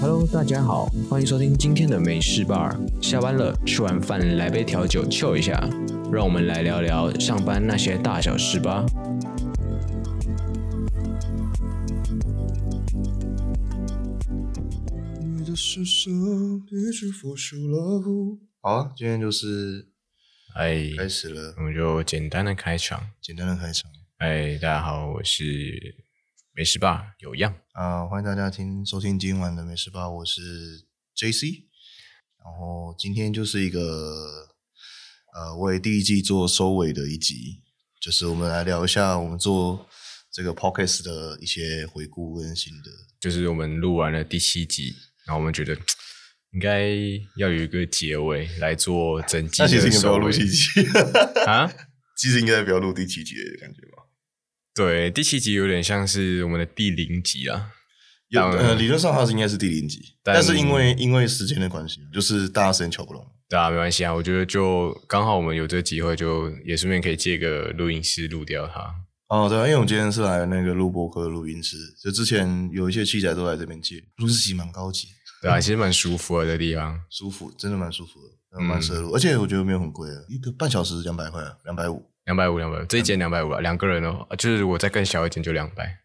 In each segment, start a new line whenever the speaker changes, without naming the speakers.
Hello，大家好，欢迎收听今天的美式 bar。下班了，吃完饭来杯调酒 chill 一下，让我们来聊聊上班那些大小事吧。
你的身上一直腐朽了。好啊，今天就是
哎，
开始了，
我们就简单的开场。
简单的开场
哎，大家好，我是美食 bar 有样。
啊、欢迎大家听收听今晚的美食吧，我是 JC。然后今天就是一个呃为第一季做收尾的一集，就是我们来聊一下我们做这个 podcast 的一些回顾跟心得。
就是我们录完了第七集，然后我们觉得应该要有一个结尾来做整集
那其实
的
应该不
收
要
尾
录第七集，
啊。
其实应该不要录第七集的感觉吧？
对，第七集有点像是我们的第零集啊。
有
当然
呃，理论上它是应该是第零集，
但
但是因为因为时间的关系，啊就是大家时间瞧不拢。
对啊，没关系啊，我觉得就刚好我们有这个机会，就也顺便可以借个录音师录掉它。
哦，对啊，因为我们今天是来那个录播课的录音室，就之前有一些器材都来这边借，录制器蛮高级，
对啊，其实蛮舒服的这地方。
舒服，真的蛮舒服的，呃
嗯
蛮适合录，而且我觉得没有很贵啊，一个半小时两百块啊，两百五。
两百五，两百五，这
嗯
一间两百五了，两个人哦，就是我再更小一间就两百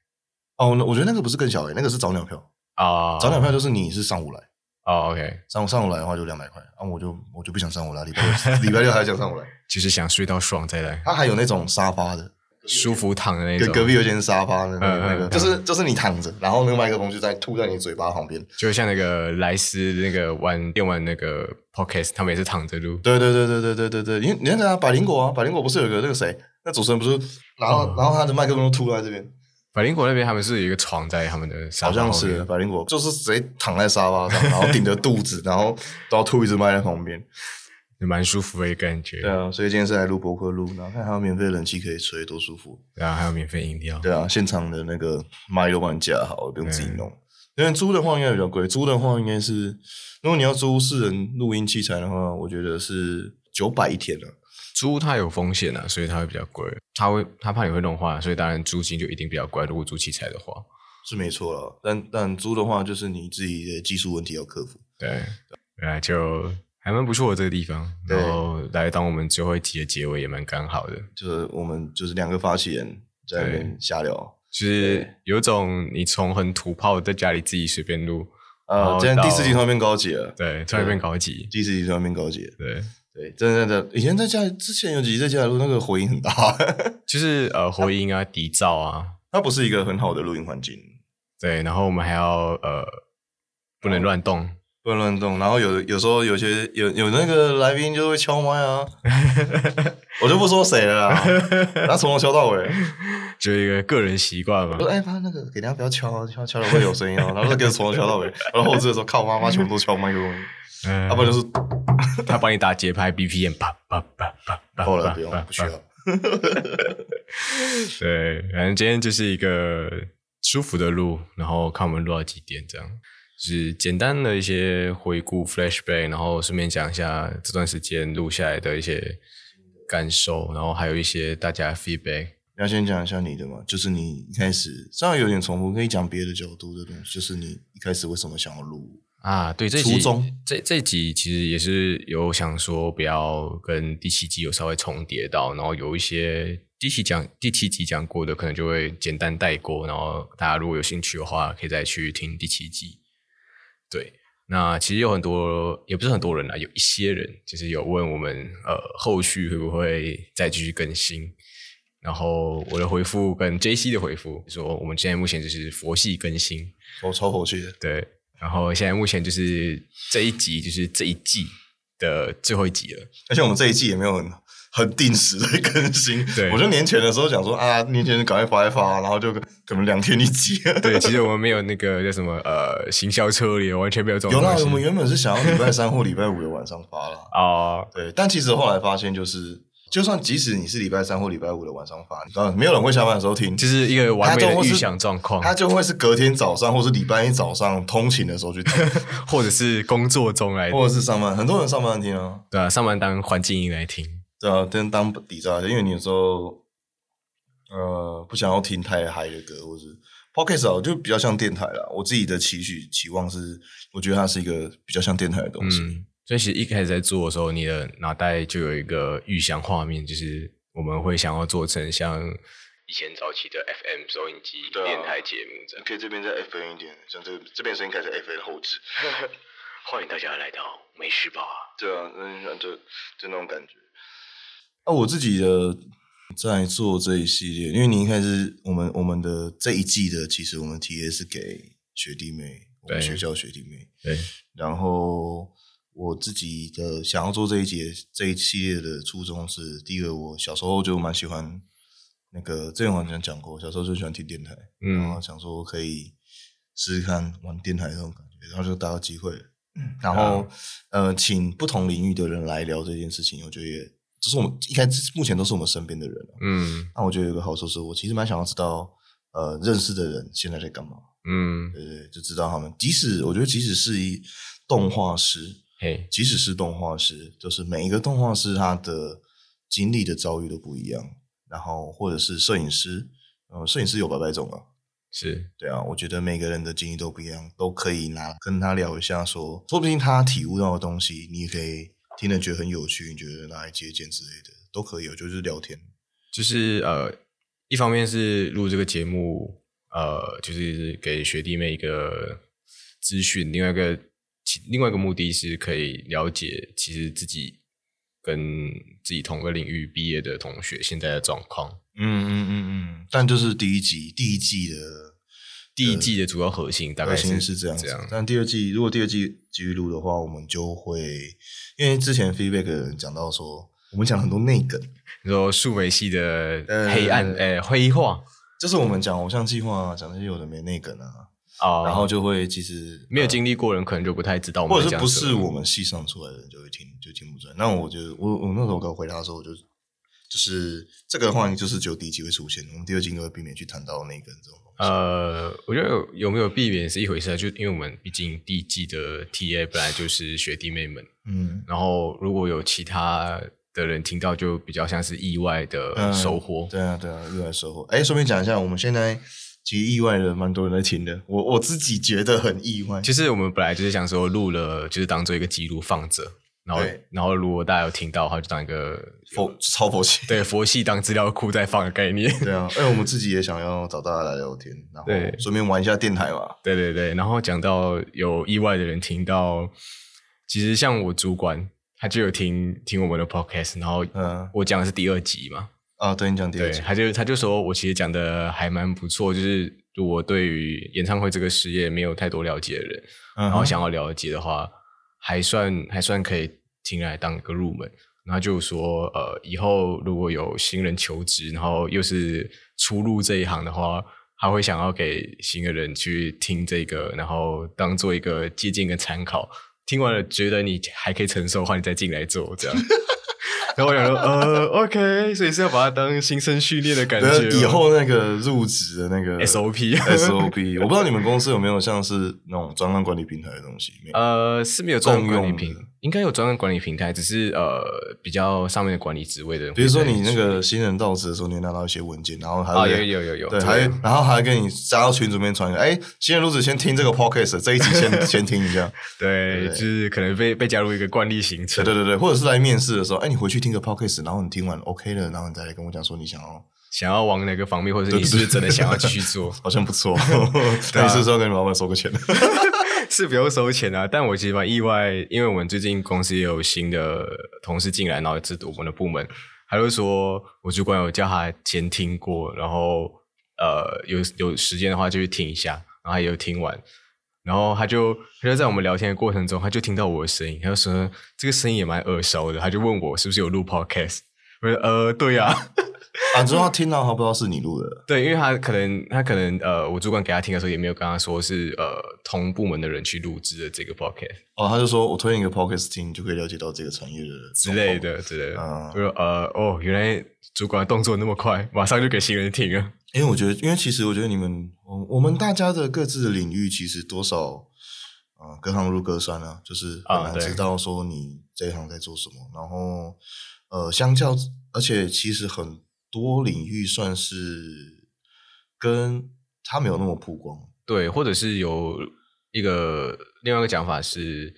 哦，那我觉得那个不是更小诶、那个是早鸟票，
啊，
早鸟票就是你是上午来，
哦，OK，
上午上午来的话就两百块，啊，我就我就不想上午来，礼拜礼拜六还 想上午来，
就是想睡到爽再来，
它还有那种沙发的，
舒服躺的那
啊隔隔
种，
壁有间沙发的
嗯
那个，那
嗯
个就是就是你躺着，然后那个麦克风就在吐在你嘴巴旁边。
就像那个莱斯那个玩电玩那个 podcast，他们也是躺着录，
对对对对对对对对，因为你看啊，百灵果啊，百灵果不是有个那个谁，那主持人不是，然后、
嗯
然后他的麦克风都吐在这边，
百灵果那边他们是有一个床在他们的沙
好
发
像
后面
是百灵果，就是直接躺在沙发上，然后顶 着肚子，然后然后吐一只麦在旁边。
蛮舒服的一个感觉，
对啊，所以今天是来录博客录，然后看还有免费冷气可以吹，多舒服。
然啊后还有免费饮料，
对啊，现场的那个麦都帮你架好，不用自己弄。
嗯
因为租的话应该比较贵，租的话应该是，如果你要租私人录音器材的话，我觉得是九百一天了、啊
租它有风险啊，所以它会比较贵。它会，它怕你会弄坏，所以当然租金就一定比较贵。如果租器材的话，
是没错了。但但租的话，就是你自己的技术问题要克服。
对，本来就还蛮不错的这个地方。
对
然后来当我们最后一集的结尾也蛮刚好的，
就是我们就是两个发起人在那边瞎聊。
就是有种你从很土炮在家里自己随便录，
啊
好，
今天第四集
到
突然变高级了，
对，突然变高级，
第四集突然变高级了。
对，
对，真的真的，以前在家里之前有几集在家里录，那个回音很大，
就是呃回音啊、底噪啊，
它不是一个很好的录音环境。
对，然后我们还要呃不能乱动，
不能乱动，然后有有时候有些有有那个来宾就会敲麦啊，我就不说谁了啦，他从头敲到尾，
就一个个人习惯嘛
我。说哎妈那个给大家不要敲啊，敲敲了会有声音哦，然后就给我从头敲到尾，然后我这时候靠妈妈全部都敲麦克风，
嗯
要、不然就是
他帮你打节拍 BPM，啪啪啪啪啪，
够
啪
了，不用不需。
啪
要，
对，反正今天就是一个舒服的录，然后看我们录到几点这样，就是简单的一些回顾 flashback，然后顺便讲一下这段时间录下来的一些感受，然后还有一些大家的 feedback。
你要先讲一下你的嘛，就是你一开始虽然有点重复，可以讲别的角度的东西，就是你一开始为什么想要录，
啊，对，这集
初衷
这这集其实也是有想说不要跟第七集有稍微重叠到，然后有一些第七讲第七集讲过的，可能就会简单带过，然后大家如果有兴趣的话，可以再去听第七集。对，那其实有很多，也不是很多人啦，有一些人就是有问我们，呃，后续会不会再继续更新？然后我的回复跟 J C 的回复说，我们现在目前就是佛系更新，
我超火气的，
对，然后现在目前就是这一集，就是这一季的最后一集了。
而且我们这一季也没有很很定时的更新，
对
我就年前的时候想说啊，年前赶快发一发，然后就可能两天一集，
对，其实我们没有那个叫什么呃行销策略，完全没有这种
有啦
东，西
我们原本是想要礼拜三或礼拜五的晚上发啦，
哦，
对，但其实后来发现就是，就算即使你是礼拜三或礼拜五的晚上发，你知道没有人会下班的时候听，
就是一个完美
他就
的
会
预
是
想状况，
他就会是隔天早上或是礼拜一早上通勤的时 候去听，
或者是工作中来
或者是上班，很多人上班听啊。
对啊，上班当环境音来听。
对啊，但当底噪，因为你有时候呃不想要听太嗨的歌，或是 Podcast 啊，就比较像电台啦。我自己的期许期望是，我觉得它是一个比较像电台的东西。
嗯，所以其实一开始在做的时候，你的脑袋就有一个预想画面，就是我们会想要做成像以前早期的 FM 收音机
对啊
电台节目这
你
样。
可以这边再 F N 一点，像这这边声音改成 F N 后置。
欢迎大家来到美食吧。
对啊，那就就那种感觉。那、我自己的在做这一系列，因为你一开始我们我们的这一季的，其实我们 T A 是给学弟妹，我们
对
学校学弟妹。
对，
然后我自己的想要做这一节这一系列的初衷是，第一个我小时候就蛮喜欢那个，之前好像讲过，我小时候就喜欢听电台，
嗯
然后想说可以试试看玩电台这种感觉，然后就达到机会了。然后、呃，请不同领域的人来聊这件事情，我觉得也就是我们一开始目前都是我们身边的人啊、
嗯
那我觉得有个好处是我其实蛮想要知道，呃，认识的人现在在干嘛。
嗯，
对对，就知道他们。即使我觉得，即使是一动画师，
嘿，
即使是动画师，就是每一个动画师他的经历的遭遇都不一样。然后或者是摄影师，呃，摄影师有百百种啊。
是，
对啊，我觉得每个人的经历都不一样，都可以拿跟他聊一下说，说不定他体悟到的东西，你也可以听了觉得很有趣，你觉得拿来借鉴之类的，都可以哦。就是聊天，
就是呃，一方面是录这个节目，呃，就是给学弟妹一个资讯；，另外一个其另外一个目的是可以了解，其实自己跟自己同个领域毕业的同学现在的状况。
嗯嗯嗯嗯。但就是第一集第一季的
第一季的主要核心大概
核心
是
是这样
这
子
样，。
但第二季如果第二季继续录的话，我们就会因为之前 feedback 有人讲到说，我们讲很多内梗，
你说数媒系的
呃
黑暗，呃，黑化
就是我们讲偶像计划啊，讲那些有的没内梗啊，
啊，
然后就会其实
没有经历过的人可能就不太知道我们
或者
在
是
讲
不
什
是
么
我们系上出来的人就会听就听不出来。那我就我我那时候刚回答的时候，我就就是这个的话，就是只有第一集会出现，我们第二季应该会避免去谈到内梗这种东西。
呃，我觉得有有没有避免是一回事啊，就因为我们毕竟第一季的 TA 本来就是学弟妹们，
嗯，
然后如果有其他的人听到，就比较像是意外的
嗯
呃收获。
对啊，对啊，意外收获。哎，顺便讲一下，我们现在其实意外的蛮多人在听的，我我自己觉得很意外。
其实我们本来就是想说录了，就是当做一个记录放着，然后
对
然后如果大家有听到的话，就当一个
佛超佛系。
对佛系当资料库在放的概 念。
对啊，因为我们自己也想要找大家来聊天，然后
对
顺便玩一下电台嘛。
对对对，然后讲到有意外的人听到，其实像我主管他就有听听我们的 podcast，然后
嗯
我讲的是第二集嘛，
啊，对你讲第二
对，
集，
他就他就说我其实讲的还蛮不错，就是如果对于演唱会这个事业没有太多了解的人，
然
然后想要了解的话，还算还算可以听来当一个入门。然后就说，呃，以后如果有新人求职，然后又是初入这一行的话，他会想要给新的人去听这个，然后当做一个借鉴跟参考。听完了觉得你还可以承受的话，你再进来做这样。然后我想说，呃，OK，所以是要把它当新生训练的感
然后
觉吗。
啊
哦
以后那个入职的那个
SOP
SOP，我不知道你们公司有没有像是那种专案管理平台的东西。没有
呃，是没有专案管理
共用
平
的，
应该有专案管理平台，只是呃比较上面的管理职位的人会
比
在
如
处
说
理，
你那个新人到职的时候，你会拿到一些文件，然后还
啊，有
会
有有有，
对，
这
还
个
会然后还会跟你加到群组里面传一个，哎，新人入职先听这个 podcast，这一集 先先听一下。
对，就是可能被被加入一个惯例行
对
程，
对对对，或者是来面试的时候，哎，你回去听个 podcast，然后你听完 OK 了，然后你再来跟我讲说你想要，
想要往哪个方面，或者是你是不是真的想要继续做
好像 不错。
啊
那你是不是要跟你老板收个钱？
是不用收钱啊。但我其实蛮意外，因为我们最近公司也有新的同事进来，然后制度我们的部门，他就说我主管有叫他先听过，然后呃有有时间的话就去听一下，然后他也有听完，然后他就他就在我们聊天的过程中，他就听到我的声音，他就说这个声音也蛮耳熟的，他就问我是不是有录 podcast，我说呃对呀、啊，
啊，你说他听到他不知道是你录的，
对，因为他可能他可能呃我主管给他听的时候也没有跟他说是呃同部门的人去录制的这个 podcast
哦，他就说我推荐一个 podcast 听，你就可以了解到这个产业的
之类。的之类的，
嗯
我说呃哦原来主管动作那么快，马上就给新人听啊了，
因为我觉得，因为其实我觉得你们，我我们大家的各自的领域其实多少，啊，隔行如隔山啊，就是很
啊
难
对
知道说你这一行在做什么。然后，呃，相较，而且其实很多领域算是跟它没有那么曝光。
对，或者是有一个另外一个讲法是，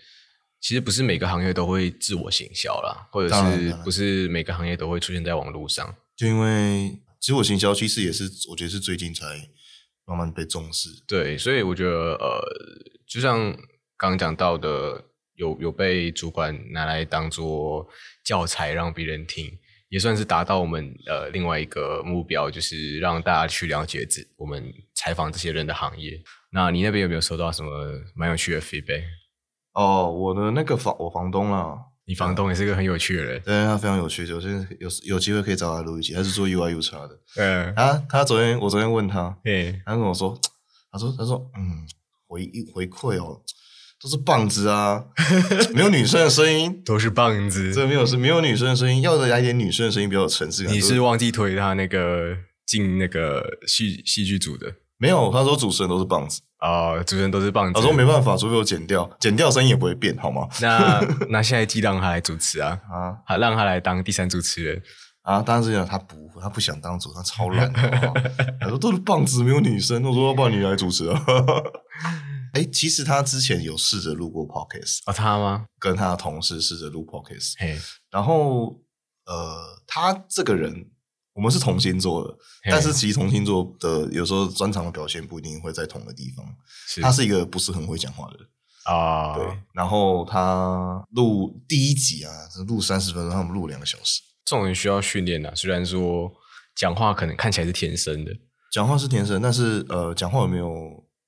其实不是每个行业都会自我行销啦，或者
当然
是
当然
不是每个行业都会出现在网络上。
就因为自我行销其实也是，我觉得是最近才慢慢被重视。
对，所以我觉得呃，就像刚刚讲到的，有有被主管拿来当做教材让别人听，也算是达到我们呃另外一个目标，就是让大家去了解自我们采访这些人的行业。那你那边有没有收到什么蛮有趣的 feedback？
哦，我的那个房我房东啦，
你房东也是个很有趣的人，
对他非常有趣，有些有有机会可以找他录一集，他是做 UI U 叉的。
嗯，
他啊他昨天我昨天问他，
对，
他跟我说，他说他说嗯回一回馈哦，都是棒子啊，没有女生的声音，
都是棒子。
这没有是没有女生的声音，要来一点女生的声音比较有层次感。
你
就是
忘记推他那个进那个戏戏剧组的
没有？他说主持人都是棒子，
哦，主持人都是棒子。
他说没办法，除非我剪掉，剪掉声音也不会变，好吗？
那那下一季让他来主持啊，
啊
好让他来当第三主持人。
啊！当然是讲他不会，他不想当主持人，他超懒的。好不好他说都是棒子，没有女生。我说要不然你来主持啊。 哎、其实他之前有试着录过 podcast，
哦，他吗？
跟他的同事试着录 podcast，
嘿，
然后呃，他这个人我们是同星座的，
嘿
但是其实同星座的有时候专长的表现不一定会在同个地方。
是
他是一个不是很会讲话的人。
啊，
对，然后他录第一集啊，是录三十分钟，他们录两个小时。
这种人需要训练的。啊虽然说讲话可能看起来是天生的，
讲话是天生，但是呃，讲话有没有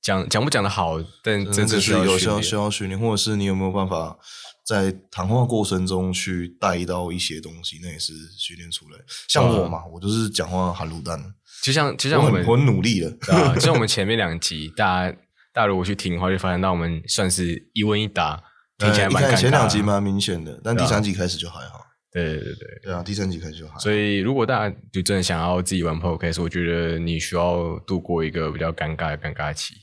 讲讲不讲得好，但嗯真
的
正
是
要
有需
训
要需
练。
要训练，或者是你有没有办法在谈话过程中去带到一些东西，那也是训练出来。像我嘛，我就是讲话含卤蛋，
就像就嗯像
我
我
很
们
我很努力了。
对啊，就像我们前面两集，大家大家如果去听的话，就发现到我们算是一问一答，听起来
呃一
蛮
开
尴尬
始
的。
前两集蛮明显的，但第
对啊
三集开始就还好。
对对对对。
对啊，第三集开始就还好。
所以，如果大家就真的想要自己玩 podcast，我觉得你需要度过一个比较尴尬的尴尬期，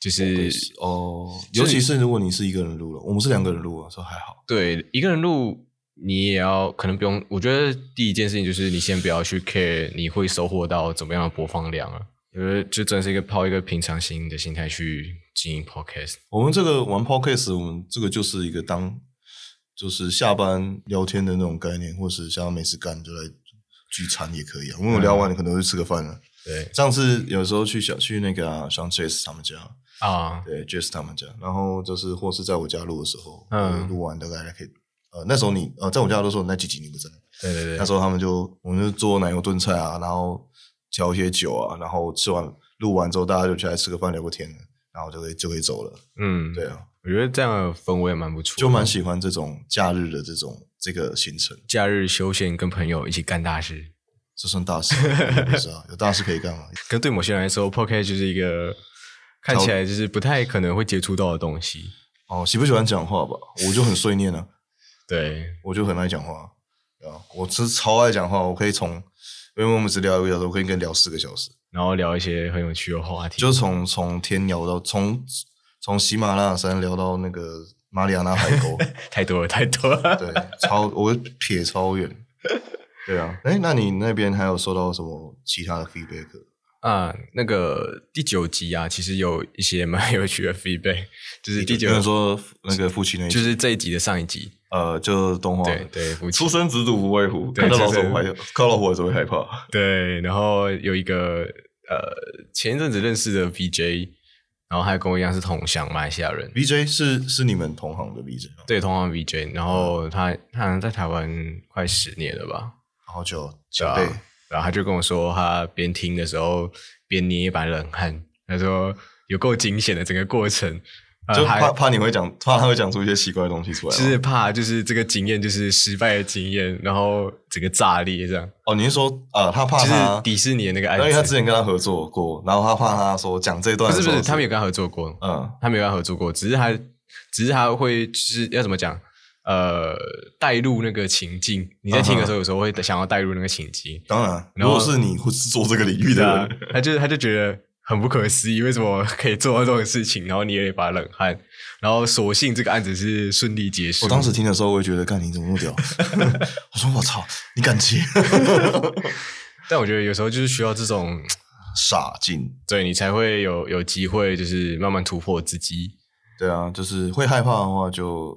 就是
哦，尤其是如果你是一个人录了，我们是两个人录啊，说还好。
对一个人录，你也要可能不用。我觉得第一件事情就是你先不要去 care 你会收获到怎么样的播放量啊，因为就真的是一个抛一个平常心的心态去经营 podcast。
我们这个玩 podcast，我们这个就是一个当就是下班聊天的那种概念，或是下班没事干就来聚餐也可以啊。我们有聊完可能会吃个饭了。
对
上次有时候去小去那个、啊、像 Jess 他们家，
啊，
对 Jess 他们家，然后就是或是在我家录的时候，
嗯
嗯，录完大概可以。呃，那时候你呃，在我家的时候，那几集你不在，
对对
那
对，
时候他们就我们就做奶油炖菜啊，然后调一些酒啊，然后吃完录完之后，大家就起来吃个饭聊个天，然后就可以就可以走了。
嗯，
对，啊，
我觉得这样的氛围也蛮不错的，
就蛮喜欢这种假日的这种这个 行程，
假日休闲跟朋友一起干大事。
这算大事吗不是啊？有大事可以干嘛？
可对某些人来说，podcast 就是一个看起来就是不太可能会接触到的东西。
哦，喜不喜欢讲话吧？我就很碎念啊，
对，
我就很爱讲话，对啊，我是超爱讲话，我可以从因为我们只聊一个小时，我可以跟你聊四个小时，
然后聊一些很有趣的话题。
就从从天聊到从从喜马拉雅山聊到那个马里亚纳海沟，
太多了，太多了。
对，超我撇超远，对啊，哎，那你那边还有收到什么其他的 feedback？
啊，那个第九集啊，其实有一些蛮有趣的 feedback，就是第九
有，人说那个夫妻那一集
就是这一集的上一集。
呃，就是动画。
对对，夫妻
初生之犊不畏虎，
对
看到老
初生
手害，看到老虎我怎么会害怕？
对，然后有一个呃，前一阵子认识的 VJ，然后他跟我一样是同乡马来西亚人，
BJ 是是你们同行的 BJ 吗？
对，同行 VJ，然后他他好像在台湾快十年了吧，
好久
对
前
啊
辈，
然后他就跟我说，他边听的时候边捏一把冷汗，他说有够惊险的整个过程，呃、
就
还
怕怕你会讲，怕他会讲出一些奇怪的东西出来吗。
就是怕就是这个经验就是失败的经验，然后整个炸裂这样，
哦，你是说呃，他怕
就是
他，
迪士尼的那个案
因为他之
子，
前跟他合作过，然后他怕他说讲这
不
段
是
的时
不
候
是，他们有跟他合作过，
嗯
他没有跟他合作过，只是他只是他会就是要怎么讲，呃，带入那个情境，你在听
啊
的时候有时候会想要带入那个情境，
当然，
然
如
后
果是你会是做这个领域
对
的
啊
人，，
他就他就觉得很不可思议，为什么可以做到这种事情，然后捏了一把冷汗，然后所幸这个案子是顺利结束。
我当时听的时候，我也觉得，干你怎么那么屌？ 我说我操，你敢接？
但我觉得有时候就是需要这种
傻劲。
对你才会有有机会，就是慢慢突破自己。
对啊，就是会害怕的话就，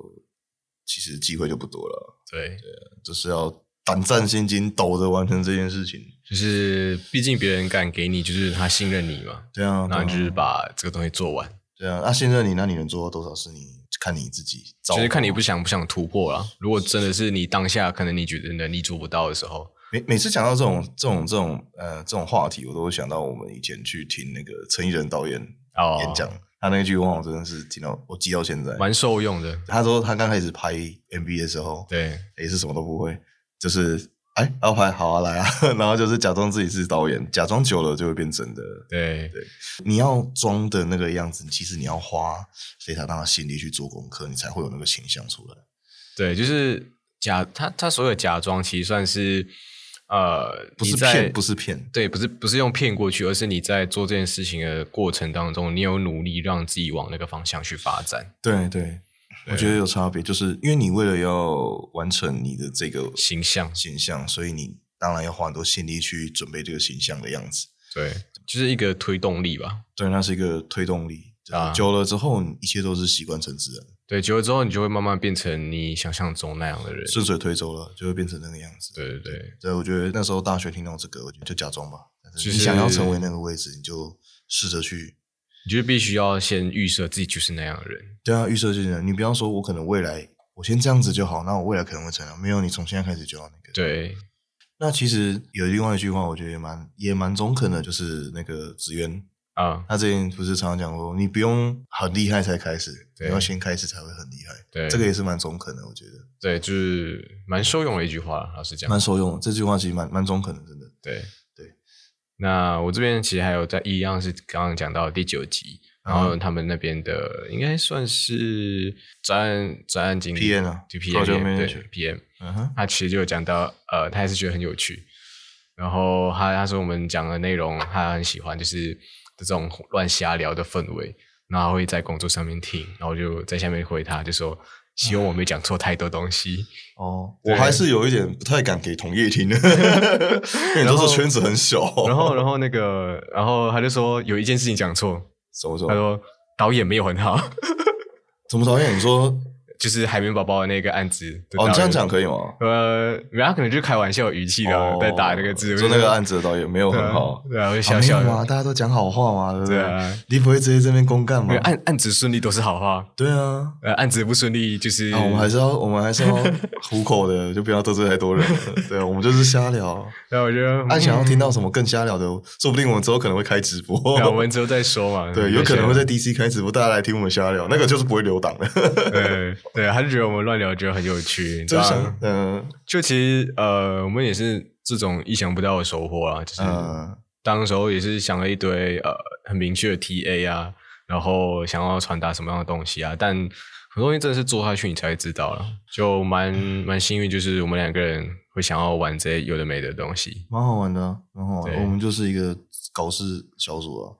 其实机会就不多了，
对，
就是要胆战心惊，抖着完成这件事情。
就是毕竟别人敢给你，就是他信任你嘛，
对啊，
那你就
对
是
啊
把这个东西做完，
对啊，那信任你，那你能做到多少是你看你自己造
就
化，
是看你不想不想突破啦。如果真的是你当下可能你觉得能力做不到的时候，
每每次讲到这种这种这种呃这种话题，我都会想到我们以前去听那个陈奕仁导演
哦，
演讲，他那句话我真的是听到我记到现在。
蛮受用的。
他说他刚开始拍 MV 的时候，
对，
也是什么都不会，就是哎要拍好啊来啊， 然后就是假装自己是导演，假装久了就会变真的。
对，
你要装的那个样子，其实你要花非常大的心力去做功课，你才会有那个形象出来。
对，就是假他他所有的假装其实算是呃，
不是
你在
骗，不是骗，
对，不是不是用骗过去，而是你在做这件事情的过程当中，你有努力让自己往那个方向去发展，
对对，我觉得有差别，就是因为你为了要完成你的这个
形象。
形象，所以你当然要花很多心力去准备这个形象的样子。
对，就是一个推动力吧。
对，那是一个推动力。就是
啊
久了之后，你一切都是习惯成自然，
对，久了之后，你就会慢慢变成你想象中那样的人。
顺水推舟了，就会变成那个样子。
对对对，
对，我觉得那时候大学听到这个，我觉得就假装吧。但是
就
你想要
是
成为那个位置，你就试着去。
你就必须要先预设自己就是那样的人。
对啊，预设就是你不要说我可能未来我先这样子就好，那我未来可能会成长。没有，你从现在开始就要那个。
对，
那其实有另外一句话，我觉得也蛮也蛮中肯的，就是那个子渊，
啊，
他之前不是常常讲过，你不用很厉害才开始，你
对
要先开始才会很厉害。
对，
这个也是蛮中肯的，我觉得
对，就是蛮受用的一句话，老实讲。
蛮受用的。这句话其实蛮蛮中肯的，真的。
对
对。
那我这边其实还有在一样是刚刚讲到第九集，然
嗯
后他们那边的应该算是专案专案经理
PM 啊
对 PM
project
对
manager
PM，
嗯哼，
他其实就有讲到，呃，他也是觉得很有趣。然后他他说我们讲的内容他很喜欢，就是这种乱瞎聊的氛围，然后他会在工作上面听，然后就在下面回他，就说希望我没讲错太多东 西。
哦，
对
我还是有一点不太敢给同业 听，因为你都说圈子很小。
然后然后那个，然后他就说有一件事情讲错，
什么什
他
么
说导演没有很好，
怎么导演？你说
就是海绵宝宝的那个案子。
哦，你这样讲。可以吗？
呃，然后可能就开玩笑语气的、
哦
在打那个字，
说那个案子的导演没有
对
很
啊
好，
对啊，我就
啊
笑
没有
笑的，
嘛，大家都讲好话嘛，对不
对
对？
啊，哎
你不会直接这边公干
因为
吗？
案案子顺利都是好话，
对啊，
呃，案子不顺利就是、
啊，我们还是要，我们还 是要糊口的，就不要得罪太多人了。对，啊我们就是瞎聊。
对，我觉得
啊，
嗯
想要听到什么更瞎聊的，说不定我们之后可能会开直播。
对啊我们之后再说嘛，
对，有可能会在 DC 开直播，大家来听我们瞎聊，那个就是不会留档的。
对对，他就觉得我们乱聊觉得很有趣，你知
就
道
是
吗
想，嗯
就其实呃，我们也是这种意想不到的收获啊，就是
嗯，
当时候也是想了一堆呃很明确的 TA 啊，然后想要传达什么样的东西啊，但很多东西真的是做下去你才会知道了，就蛮蛮幸运，就是我们两个人会想要玩这些有的没的东西，
蛮好玩的啊，蛮好玩的。
对
我们就是一个搞事小组啊。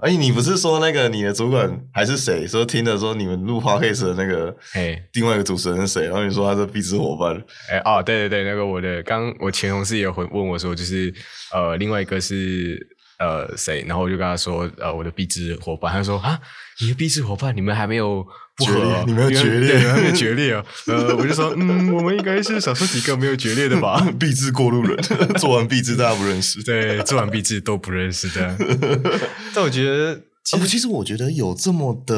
哎，你不是说那个你的主管还是谁说听的说你们录 podcast 的那个
嘿。
另外一个主持人是谁？然后你说他是必知伙伴，
哎、哦，对对对，那个我的刚我前同事也回问我说，就是呃，另外一个是呃谁，然后我就跟他说，呃，我的壁纸伙伴，他说啊，你的壁纸伙伴，你们还没有不和哦、
决裂你们有
因为
决裂
对你们还没有决裂啊、呃，我就说，嗯，我们应该是少数几个没有决裂的 吧？
必知过路人，做完必知大家不认识。
对，做完壁纸都不认识 的，但我觉得
啊，不，其实我觉得有这么的，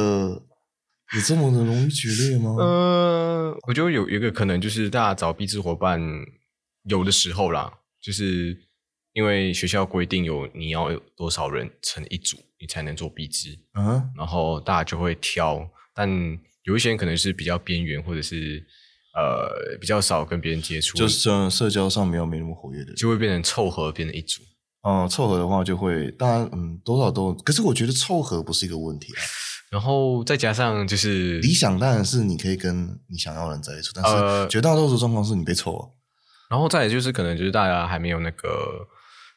有这么的容易决裂吗？
呃，嗯我觉得有一个可能就是大家找壁纸伙伴，有的时候啦，就是因为学校规定有你要有多少人成一组，你才能做壁纸，
啊，
然后大家就会挑，但有一些人可能是比较边缘或者是呃比较少跟别人接触，
就是呃社交上没有没那么活跃的人。
就会变成凑合变成一组。
哦、凑合的话就会，当然，嗯，多少都，可是我觉得凑合不是一个问题啊。
然后再加上就是
理想当然是你可以跟你想要的人在一起，但是
呃
绝大多数状况是你被凑啊。
然后再来就是可能就是大家还没有那个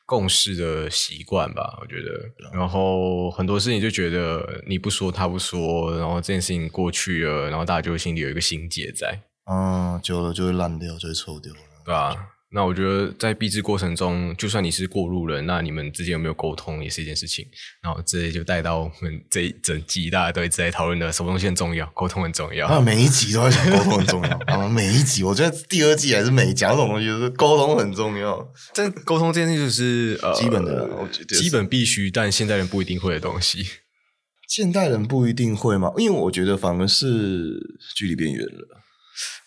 共事的习惯吧，我觉得。然后很多事情就觉得你不说他不说，然后这件事情过去了，然后大家就心里有一个心结在，啊
嗯，久了就会烂掉，就会臭掉了。
对吧？那我觉得在币制过程中，就算你是过路人，那你们之间有没有沟通也是一件事情。然后这就带到我们这一整集一大堆在讨论的什么东西很重要，沟通很重要。
他们每一集都在讲沟通很重要，他们每一集，我觉得第二季还是每讲这种东西，就是沟通很重要。
但沟通这件事就是呃
基本的啦我觉得是
基本必须，但现代人不一定会的东西。
现代人不一定会嘛，因为我觉得反而是距离变远了，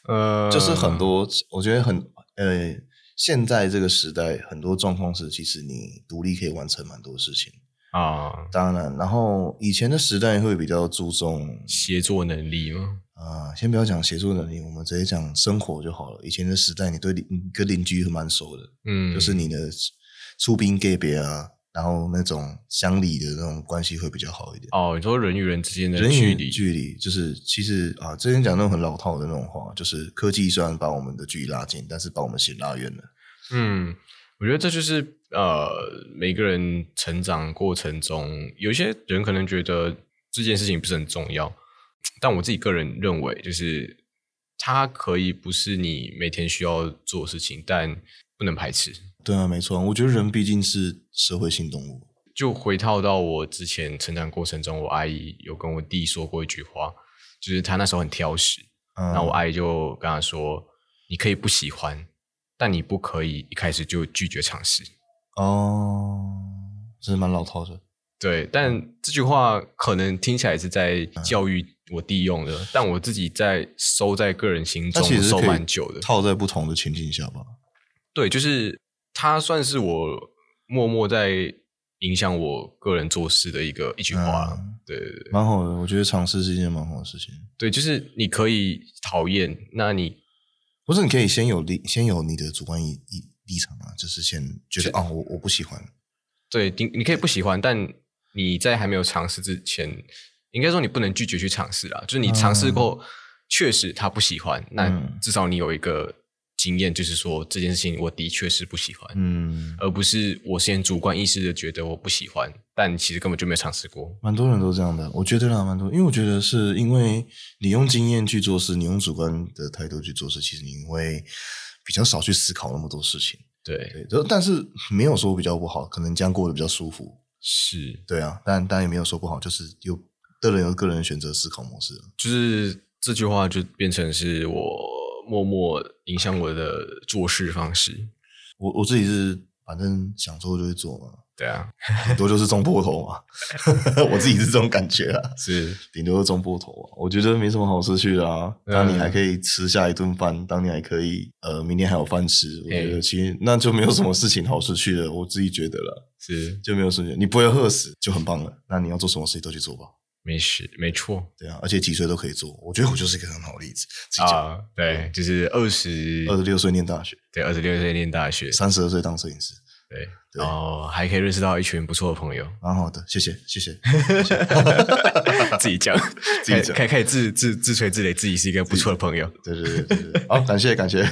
呃，
就是很多，我觉得很呃，现在这个时代很多状况是，其实你独立可以完成蛮多事情。
啊
当然，然后以前的时代会比较注重
协作能力嘛，
啊，先不要讲协作能力，我们直接讲生活就好了。以前的时代，你对邻你跟邻居蛮熟的，
嗯，
就是你的出兵给别啊，然后那种乡里的那种关系会比较好一点。
哦，你说人与人之间的
人
距
与
离，
距离就是其实啊，之前讲那种很老套的那种话，就是科技虽然把我们的距离拉近，但是把我们先拉远了。
嗯，我觉得这就是呃，每个人成长过程中，有一些人可能觉得这件事情不是很重要，但我自己个人认为，就是它可以不是你每天需要做的事情，但不能排斥。
对啊，没错，我觉得人毕竟是社会性动物。
就回套到我之前成长过程中，我阿姨有跟我弟说过一句话，就是她那时候很挑食，
嗯，
那我阿姨就跟她说：“你可以不喜欢，但你不可以一开始就拒绝尝试。”
哦，真的蛮老套的。
对，但这句话可能听起来是在教育我弟用的，但我自己在收在个人心
它
中
其实是
收
可以
蛮久的。
套在不同的情境下吧。
对，就是它算是我默默在影响我个人做事的一个一句话。
嗯
对对对
蛮好的，我觉得尝试是一件蛮好的事情。
对，就是你可以讨厌，那你
不是，你可以先有立，先有你的主观意意立场啊，就是先觉得啊，我我不喜欢。
对你你可以不喜欢，但你在还没有尝试之前，应该说你不能拒绝去尝试啦。就是你尝试过，确实他不喜欢，那
嗯
至少你有一个经验，就是说这件事情我的确是不喜欢，
嗯，
而不是我先主观意识的觉得我不喜欢，但其实根本就没有尝试过。
蛮多人都这样的，我觉得啦，蛮多，因为我觉得是因为你用经验去做事，你用主观的态度去做事，其实你会比较少去思考那么多事情。
对，
对，然后但是没有说比较不好，可能这样过得比较舒服。
是，
对啊，但但也没有说不好，就是有个人有个人的选择思考模式啊。
就是这句话就变成是我默默影响我的做事方式。
我我自己是反正想做就会做嘛，
对啊，
顶多就是中破头嘛， 我自己是这种感觉啊，
是
顶多就中破头啊，我觉得没什么好失去的啊。
嗯
当你还可以吃下一顿饭，当你还可以呃明天还有饭吃，我觉
嘿
得其实那就没有什么事情好失去的，我自己觉得了，
是，
就没有事情，你不会饿死就很棒了。那你要做什么事情都去做吧，
没事，没错。
对啊，而且几岁都可以做，我觉得我就是一个很好的例子。自己讲，
啊，对，就是二十
二十六岁念大学，
对二十六岁念大学，
三十二岁当摄影师，
对，
对
然后还可以认识到一群不错的 朋友，
蛮好的，谢谢谢谢。
自己讲，
自己讲
可以可以自自自吹自擂，自己是一个不错的朋友。
对对对对对，好，感谢 感谢。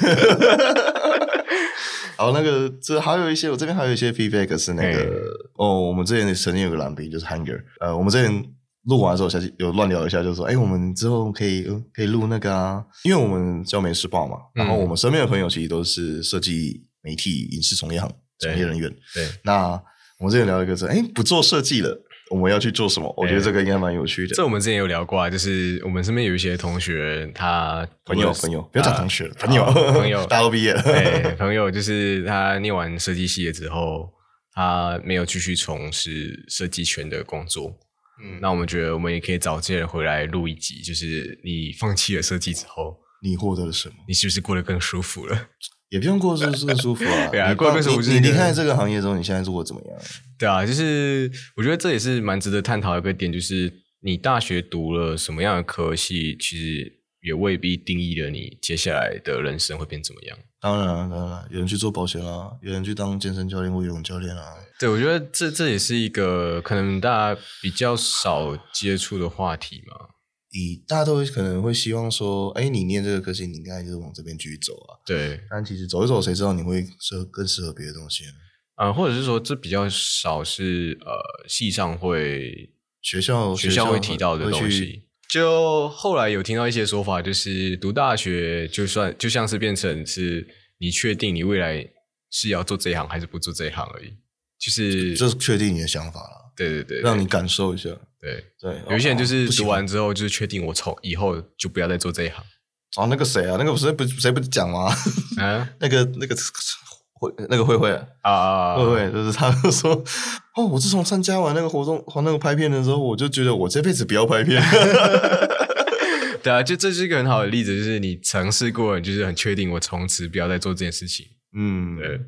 好，那个这还有一些，我这边还有一些 feedback 是那
嘿
个哦，我们之前曾经有个蓝兵就是 Hanger，呃，我们之前录完的时候，下去有乱聊一下，就说，哎，我们之后可以呃可以录那个啊，因为我们叫美食报嘛，然后
嗯
我们身边的朋友其实都是设计、媒体、影视从业行
对
从业人员，
对，
那我们之前聊一个是，哎，不做设计了，我们要去做什么？我觉得
嘿
这个应该蛮有趣的。
这我们之前有聊过啊，就是我们身边有一些同学，他
朋友，
读了
朋友，不要讲
啊
同学了，朋友，
朋友
大家都毕业了。
啊对，朋友就是他念完设计系了之后，他没有继续从事设计圈的工作。
嗯
那我们觉得我们也可以找这些人回来录一集，就是你放弃了设计之后，
你获得了什么？
你是不是过得更舒服了？
也不用过是更舒服啊。
对啊
你
过得更
放
舒服
你
是
你
一个
离开这个行业之后，你现在过得怎么样？
对啊，就是我觉得这也是蛮值得探讨的一个点，就是你大学读了什么样的科系，其实也未必定义了你接下来的人生会变怎么样。
当然啊，当然啊，有人去做保险啊，有人去当健身教练或游泳教练啊。
对，我觉得这这也是一个可能大家比较少接触的话题嘛。
以大家都可能会希望说，哎，你念这个科系，你应该就是往这边继续走啊。
对，
但其实走一走，谁知道你会适合更适合别的东西呢？
呃，或者是说这比较少是呃系上会
学校
学校会
会
提到的
会
东
去
西。就后来有听到一些说法，就是读大学就算就像是变成是你确定你未来是要做这一行还是不做这一行而已。就是
这是确定你的想法了，
对对对，
让
对
你感受一下。
对。
对，
有一些人就
哦
是
不喜
读
欢
完之后，就是确定我从以后就不要再做这一行。
哦，那个谁啊，那个不是不谁不讲吗？
啊
那个那个慧那个慧慧啊，
啊啊！
慧慧就是他就说，哦，我自从参加完那个活动和那个拍片的时候，我就觉得我这辈子不要 拍片。
对啊，就这是一个很好的例子，就是你尝试过了，你就是很确定我从此不要再做这件事情。
嗯，
对，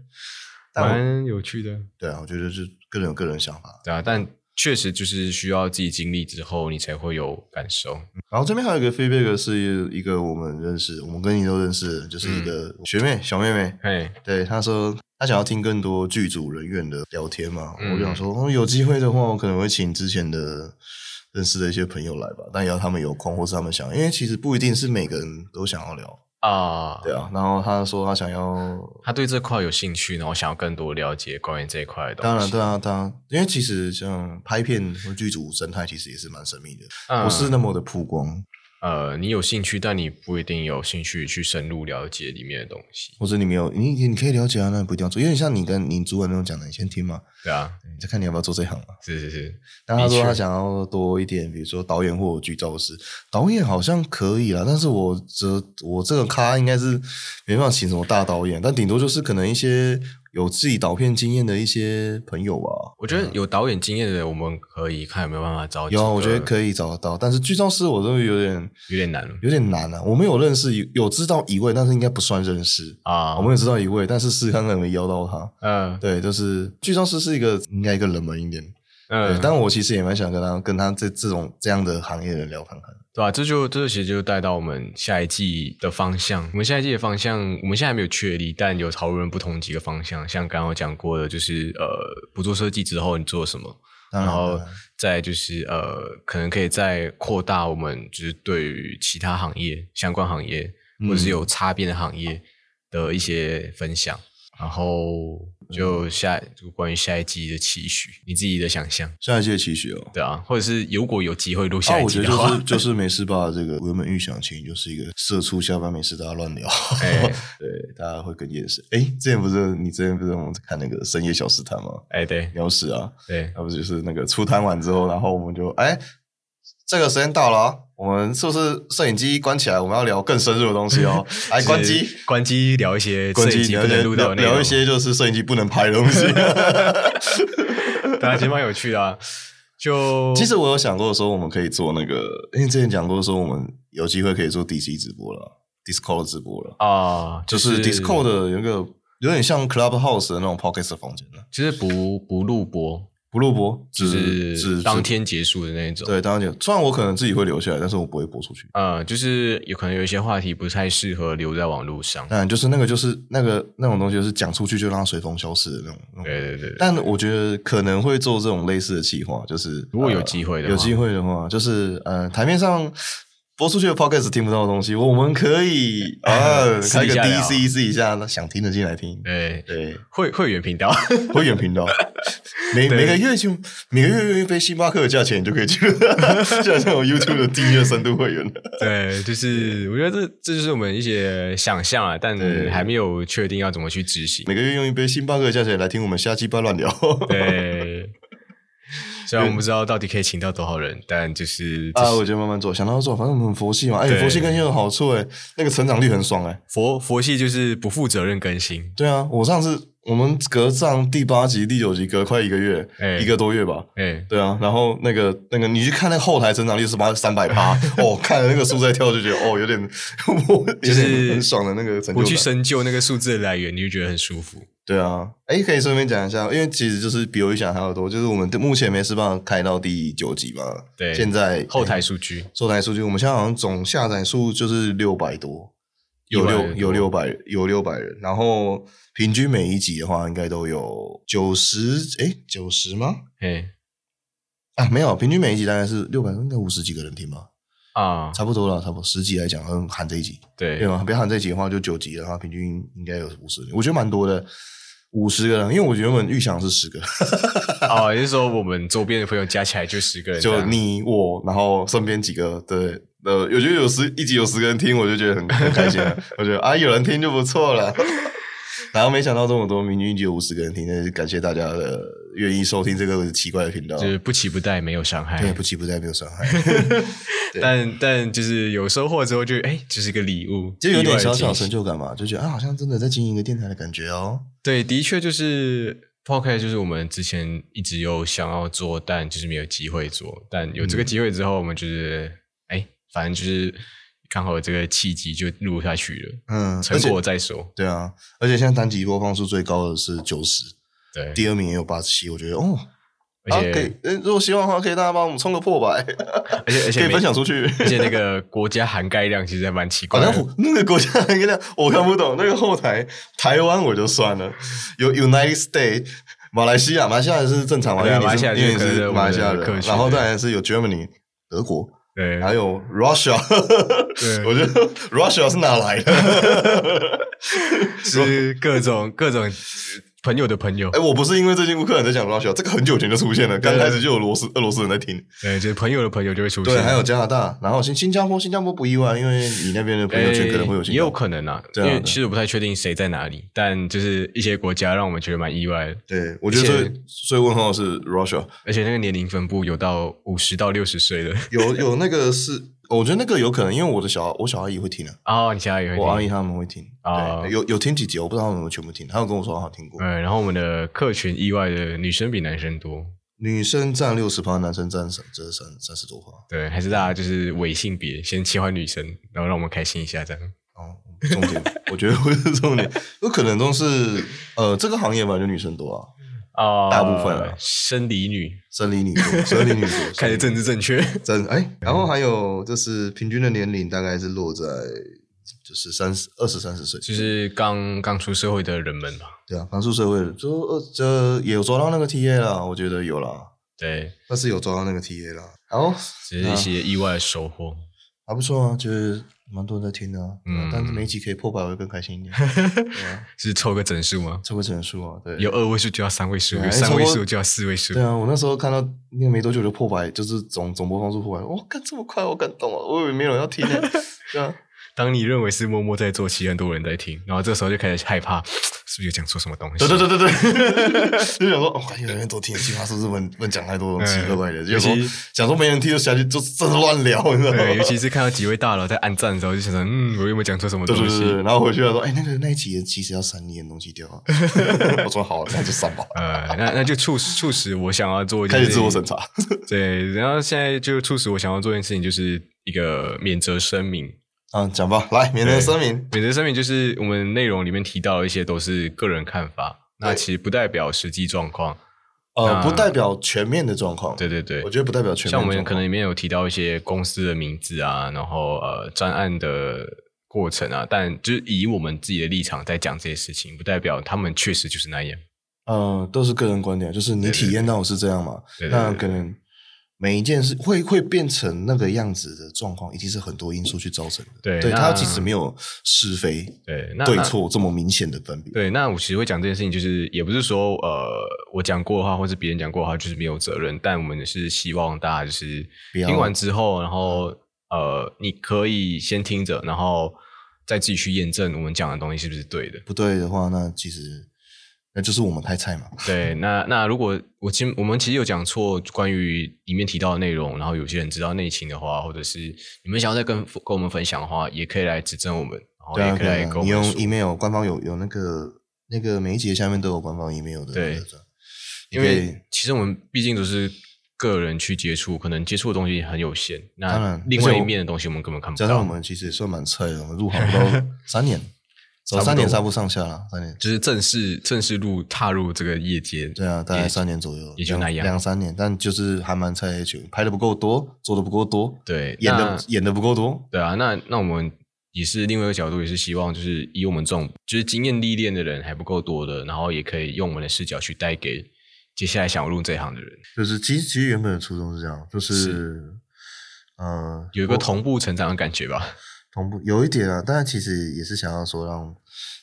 但我
蛮有趣的。
对啊，我觉得是个人有个人想法。
对啊，但确实就是需要自己经历之后，你才会有感受。
然后这边还有一个 feedback 是一个我们认识，我们跟你都认识，就是一个
嗯
学妹小妹妹，
嘿，
对，她说她想要听更多剧组人员的聊天嘛，
嗯
我就想说，哦，有机会的话，我可能会请之前的认识的一些朋友来吧，但也要他们有空，或是他们想，因为其实不一定是每个人都想要聊，
啊，
对啊。然后她说她想要，
他对这块有兴趣，然后想要更多了解关于这一块的东西。
当然，对啊，当然，因为其实像拍片或剧组生态，其实也是蛮神秘的，
嗯
不是那么的曝光，
呃，你有兴趣，但你不一定有兴趣去深入了解里面的东西。
或者你没有，你你可以了解啊，那不一定要做，有点像你跟你主管那种讲的，你先听嘛，
对啊，
你再看你要不要做这行嘛。
是是是，
但他说
的确
他想要多一点，比如说导演或剧照师。导演好像可以啦，但是我这我这个咖应该是没办法请什么大导演，但顶多就是可能一些有自己导片经验的一些朋友吧。
我觉得有导演经验的人，我们可以看有没有办法找几个。
嗯有啊，我觉得可以找得到，但是剧照师我都有点
有点难了
有点难啊。我们有认识一有知道一位，但是应该不算认识。
啊。
我们有知道一位，但是试看看能不能邀到他。
嗯
对，就是剧照师是一个应该一个冷门一点。对，
嗯，
但我其实也蛮想跟他跟他这这种这样的行业的人聊看看。
对啊，这就这其实就带到我们下一季的方向。我们下一季的方向，我们现在还没有确立，但有讨论不同几个方向。像刚刚我讲过的，就是呃，不做设计之后你做什么，
当然呃
后
当然
再就是呃，可能可以再扩大我们就是对于其他行业相关行业，或者是有擦边的行业的一些分享。然后就下就关于下一季的期许，你自己的想象，
下一届期许哦。
对啊，或者是如果有机会录
啊，
下一
我
季
觉得
的话，
就是就是没事吧。这个我原本预想其实就是一个社畜下班没事大家乱聊，
哎
对，大家会更厌世。哎，之前不是你之前不是我们看那个深夜小食堂吗？
哎，对
鸟屎啊，
对，
那不就是那个出摊完之后，然后我们就哎，这个时间到了啊，我们是不是摄影机关起来？我们要聊更深入的东西 哦。来关机，
是关机聊一些
关
摄影
机
机
聊
不
一
能
些
录到
聊
的内容
聊一，些就是摄影机不能拍的 东西。
对啊，其实蛮有趣的、啊。就
其实我有想过说，我们可以做那个，因为之前讲过说，我们有机会可以做 DC 直播了，Discord 直播了，
啊，
就是是 Discord 的有一个有点像 Clubhouse 的那种 Pocket 的房间了，
就是不不录播，
不录播，
就
只
是
只
当天结束的那一种。
对，当天。虽然我可能自己会留下来，但是我不会播出去。
呃，就是有可能有一些话题不太适合留在网络上。
当然，就是那个就是那个那种东西，就是讲出去就让它随风消失的那种。那种
对对对，
但我觉得可能会做这种类似的企划，就是
如果有
呃
机会的话
有机会的话，就是呃，台面上播出去的 podcast 听不到的东西，我们 可以啊
私
开
底
个
下聊
DC 试一下，那想听的进来听。
对
对，
会会员频道
会员频道，每
对
每个月就每个月用一杯星巴克的价钱，你就可以去了， 就好像我 YouTube 的订阅深度会员。
对，就是我觉得这这就是我们一些想象啊，但
对
还没有确定要怎么去执行。
每个月用一杯星巴克的价钱来听我们瞎鸡巴乱聊。
对，虽然我们不知道到底可以请到多少人，但就是
啊，我觉得慢慢做，想到做，反正我们很佛系嘛。哎、
对
佛系更新有好处哎、那个成长率很爽哎、
佛佛系就是不负责任更新，
对啊，我上次我们隔上第八集、第九集，隔快一个月，
哎
一个多月吧。
哎、
对啊，然后那个那个，你去看那个后台成长率是八三 百八，哦，看了那个数字在跳，就觉得哦，有点， 我
就
有
是
点很爽的那个成就
不去
感。
深究那个数字的来源，你就觉得很舒服。
对啊，哎，可以顺便讲一下，因为其实就是比我预想还要多，就是我们目前没事办法开到第九集嘛。
对
现在
后台数据
后台数据，我们现在好像总下载数就是六百多，有
600多
六有六百有六百人，然后平均每一集的话，应该都有九十，哎，九十吗？
哎、
啊，没有，平均每一集大概是六百，应该五十几个人听吧，
啊，
差不多了，差不多十集来讲，嗯，含这一集，对
对，
吗？不要含这一集的话，就九集的话，平均应该有五十，我觉得蛮多的，五十个人，因为我原本预想是十个，
哦，也就是说我们周边的朋友加起来就十个人这
就
样，
你我，然后身边几个，对，呃， 我觉得有十一集有十个人听，我就觉得很很开心了。我觉得啊，有人听就不错了。 然后没想到这么多，明明一集有五十个人听，但是感谢大家的愿意收听这个奇怪的频道
就。是不期不待，没有伤害。
对，不期不待，没有伤害，对
但但就是有收获之后就，哎，这是个礼物，
就有
意外
点
的
小小
惊喜
成就感嘛，就觉得啊，好像真的在经营一个电台的感觉哦。
对，的确就是 podcast，就是我们之前一直有想要做，但就是没有机会做。但有这
嗯
个机会之后，我们就是哎、反正就是刚好有这个契机就录下去了，
嗯，而
成
且
果再说。
对啊，而且现在单集播放数最高的是九十，
对，
第二名也有八十七，我觉得哦，
而
啊、可以
且、
呃如果希望的话，可以大家帮我们冲个破百，
而且而且
可以
每
分享出去。
而且那个国家涵盖量其实还蛮奇怪
好
的。
像我那个国家跟那我看不懂，那个后台台湾我就算了，有 United States。马来西亚，马来西亚是正常嘛？
对
因为
哎马来
你
西
是
亚
因为
就
你
可能
是
我们
马来西亚
的客
人，
群
然后当然是有 Germany 德国，
对
还有 Russia，
对
我觉得 Russia 是哪来的？
是各种各种朋友的朋友
哎、，我不是因为最近乌克兰在讲 Russia，这个很久以前就出现了，
对
刚开始就有罗斯俄罗斯人在听。
对，就是朋友的朋友就会出现。
对，还有加拿大，然后新新加坡，新加坡不意外，因为你那边的朋友圈可能会有
诶
新
也
加
有
坡。
可能啊，
对啊
因为
对
其实我不太确定谁在哪里，但就是一些国家让我们觉得蛮意外的，
对，我觉得
而且
最最问号是 Russia，
而且那个年龄分布有到五十到六十岁的
有有那个是，我觉得那个有可能，因为我的小我小阿姨会听啊，
哦，你现在也会
我阿
听
姨他们会听，
啊
对，有有听几集，我不知道他们有没有全部听，她有跟我说她啊有听过。
嗯，然后我们的客群意外的女生比男生多，
女生占六十趴，男生占三这三三十多趴。
对，还是大家就是伪性别，先切换女生，然后让我们开心一下这样。
哦，重点，我觉得不是重点，有可能都是呃，这个行业本来就女生多啊，
哦，
大部分啊
生理女
生理女多，生理女多，
开始政治正嗯确，
真哎，然后还有就是平均的年龄大概是落在就是三十二十三十岁，
就是刚刚出社会的人们嘛，
对啊，刚出社会的就二这也有抓到那个 TA 啦，我觉得有啦，
对，
但是有抓到那个 TA 啦，好，
只是
嗯
一些意外的收获。
还不错啊，就是蛮多人在听的、啊，
嗯
但是每一集可以破百我会更开心 一点，对啊，
是凑个整数吗？
超过整数啊，对，
有二位数就要三位数，
对啊
有三位
差不
数
多
就要四位数
对。啊，我那时候看到那个没多久就破百，就是总总播放数破百，哇，干这么快，我感动啊！我以为没有人要听呢、对啊，
当你认为是默默在做，其实很多人在听，然后这时候就开始害怕，是不是有讲错什么东西？
对对对对对，就想说，哦，有人多听，奇葩是不是不能不能讲太多东西
嗯
怪怪的？
尤
就
其
说想说没人听就下去，就真的乱聊，你知道吗？
对尤其是看到几位大佬在暗战的时候，就想着，嗯，我有没有讲错什么
对
东
对对
西？
对，对然后回去他说，哎，那个那一集其实要删你的东西掉啊。 我说好，啊那就删吧。
呃，那那就促使促使我想要做一件
开
事
始
情
自我审查，
对，然后现在就促使我想要做一件事情，就是一个免责声明。
啊，讲吧，来，免责声明。
免责声明就是我们内容里面提到的一些都是个人看法，那
对
其实不代表实际状况。
呃，
那
不代表全面的状况。
对，对对，
我觉得不代表全
像
面的状
我
况。
们可能里面有提到一些公司的名字啊，然后呃专案的过程啊，但就是以我们自己的立场在讲这些事情，不代表他们确实就是那样。
呃，都是个人观点，就是你
对对
体验到是这样嘛？
对对
那
对
可能每一件事会会变成那个样子的状况，一定是很多因素去造成的。
对
对，
那
它其实没有是非
对，那
对
那
错这么明显的分别。
对，那我其实会讲这件事情，就是也不是说呃我讲过的话，或是别人讲过的话，就是没有责任。但我们是希望大家就是
不要
听完之后，然后呃你可以先听着，然后再自己去验证我们讲的东西是不是对的。
不对的话，那其实那就是我们太菜嘛。
对，那那如果我其我们其实有讲错关于里面提到的内容，然后有些人知道内情的话，或者是你们想要再跟跟我们分享的话，也可以来指正我们，然后
对啊，
也可以
对
来
啊
跟我
你
们
用
说。
email，官方有有那个那个每一节下面都有官方 email 的。
对，
你
因
可以
为其实我们毕竟都是个人去接触，可能接触的东西很有限。
当
那
然
另
而且
外一
我
面的东西我们根本看不
加上
到。
我们其实也算蛮菜的，我们入行不 到三年，
差不
走
多
三年差不上下了，三年。
就是正式正式入踏入这个业界，
对啊，大
也
概三年左右，
也就
两
那样
两三年，但就是还蛮菜的球，拍的不够多，做的不够多，
对
演
那
的演的不够多，
对啊，那那我们也是另外一个角度，也是希望就是以我们这种就是经验历练的人还不够多的，然后也可以用我们的视角去带给接下来想入这一行的人，
就是其实其实原本的初衷是这样，就是呃
有一个同步成长的感觉吧。
同步有一点啊，但其实也是想要说让，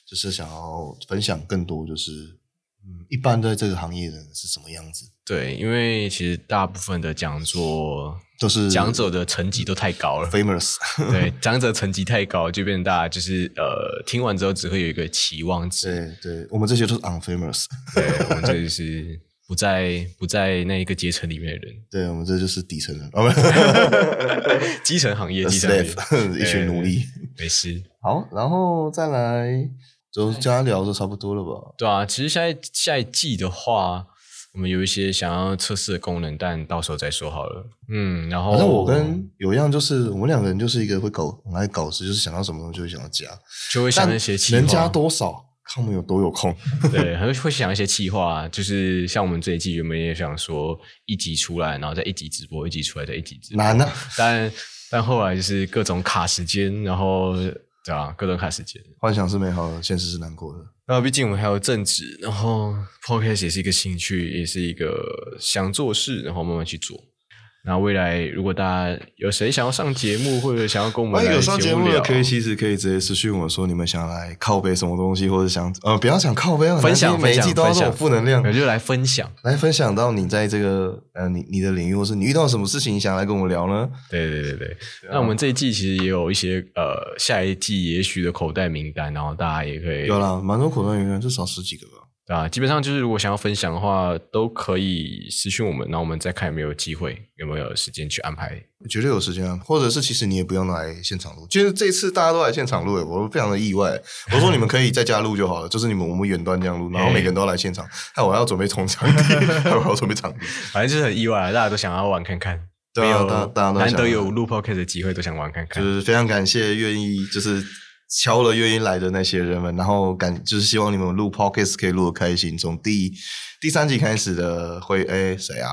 就是想要分享更多，就是嗯，一般在这个行业的人是什么样子，
对，因为其实大部分的讲座
都是
讲者的层级都太高了。
famous，
对，讲者层级太高，就变成大家就是呃，听完之后只会有一个期望值。
对对，我们这些都是 unfamous，
对，我们这就是不在不在那一个阶层里面的人，
对我们这就是底层人，哦 不
基层行业，基层行业
slave，一群奴隶。
没事。
好，然后再来，就跟他聊的差不多了吧？
对啊，其实下一下一季的话，我们有一些想要测试的功能，但到时候再说好了。嗯，然后
反正我跟有一样，就是我们两个人就是一个会搞，很爱搞事，就是想到什么东西就会想要加，
就会想
但
那些企划，
能加多少，看我们有多有空。
对，还会会想一些企划啊，就是像我们这一季原本也想说一集出来，然后再一集直播，一集出来再一集直播，
难啊，
但但后来就是各种卡时间，然后对啊，各种卡时间。
幻想是美好的，现实是难过的。
那毕竟我们还有正职，然后 podcast 也是一个兴趣，也是一个想做事，然后慢慢去做。那未来如果大家有谁想要上节目，或者想要跟我们
万一
来
哎有上节
目
目的，
聊，
可以其实可以直接私讯我说你们想来靠背什么东西，或者想呃不要想靠背，很难
分享
听每一季都要这种负能量
我，就来分享。
来分享到你在这个呃你你的领域，或是你遇到什么事情，你想来跟我们聊呢？
对对对对，
啊
那我们这一季其实也有一些呃，下一季也许的口袋名单，然后大家也可以
有啦，蛮多口段演员，至少十几个吧。
对啊，基本上就是如果想要分享的话，都可以私讯我们，然后我们再看有没有机会，有没有时间去安排。
绝对有时间啊，或者是其实你也不用来现场录，就是这次大家都来现场录，欸我非常的意外。我说你们可以在家录就好 了，就是你们我们远端这样录，然后每个人都要来现场，害我还要准备 冲场地，害我还要准备场地。
反正就是很意外，大家都想要玩看看。
对啊
没有
大大家都想
难得有录 podcast 的机会，都想玩看
就
看。
是非常感谢愿意就是敲了愿意来的那些人们，然后感就是希望你们录 podcast 可以录得开心。从第第三集开始的会，哎，谁啊？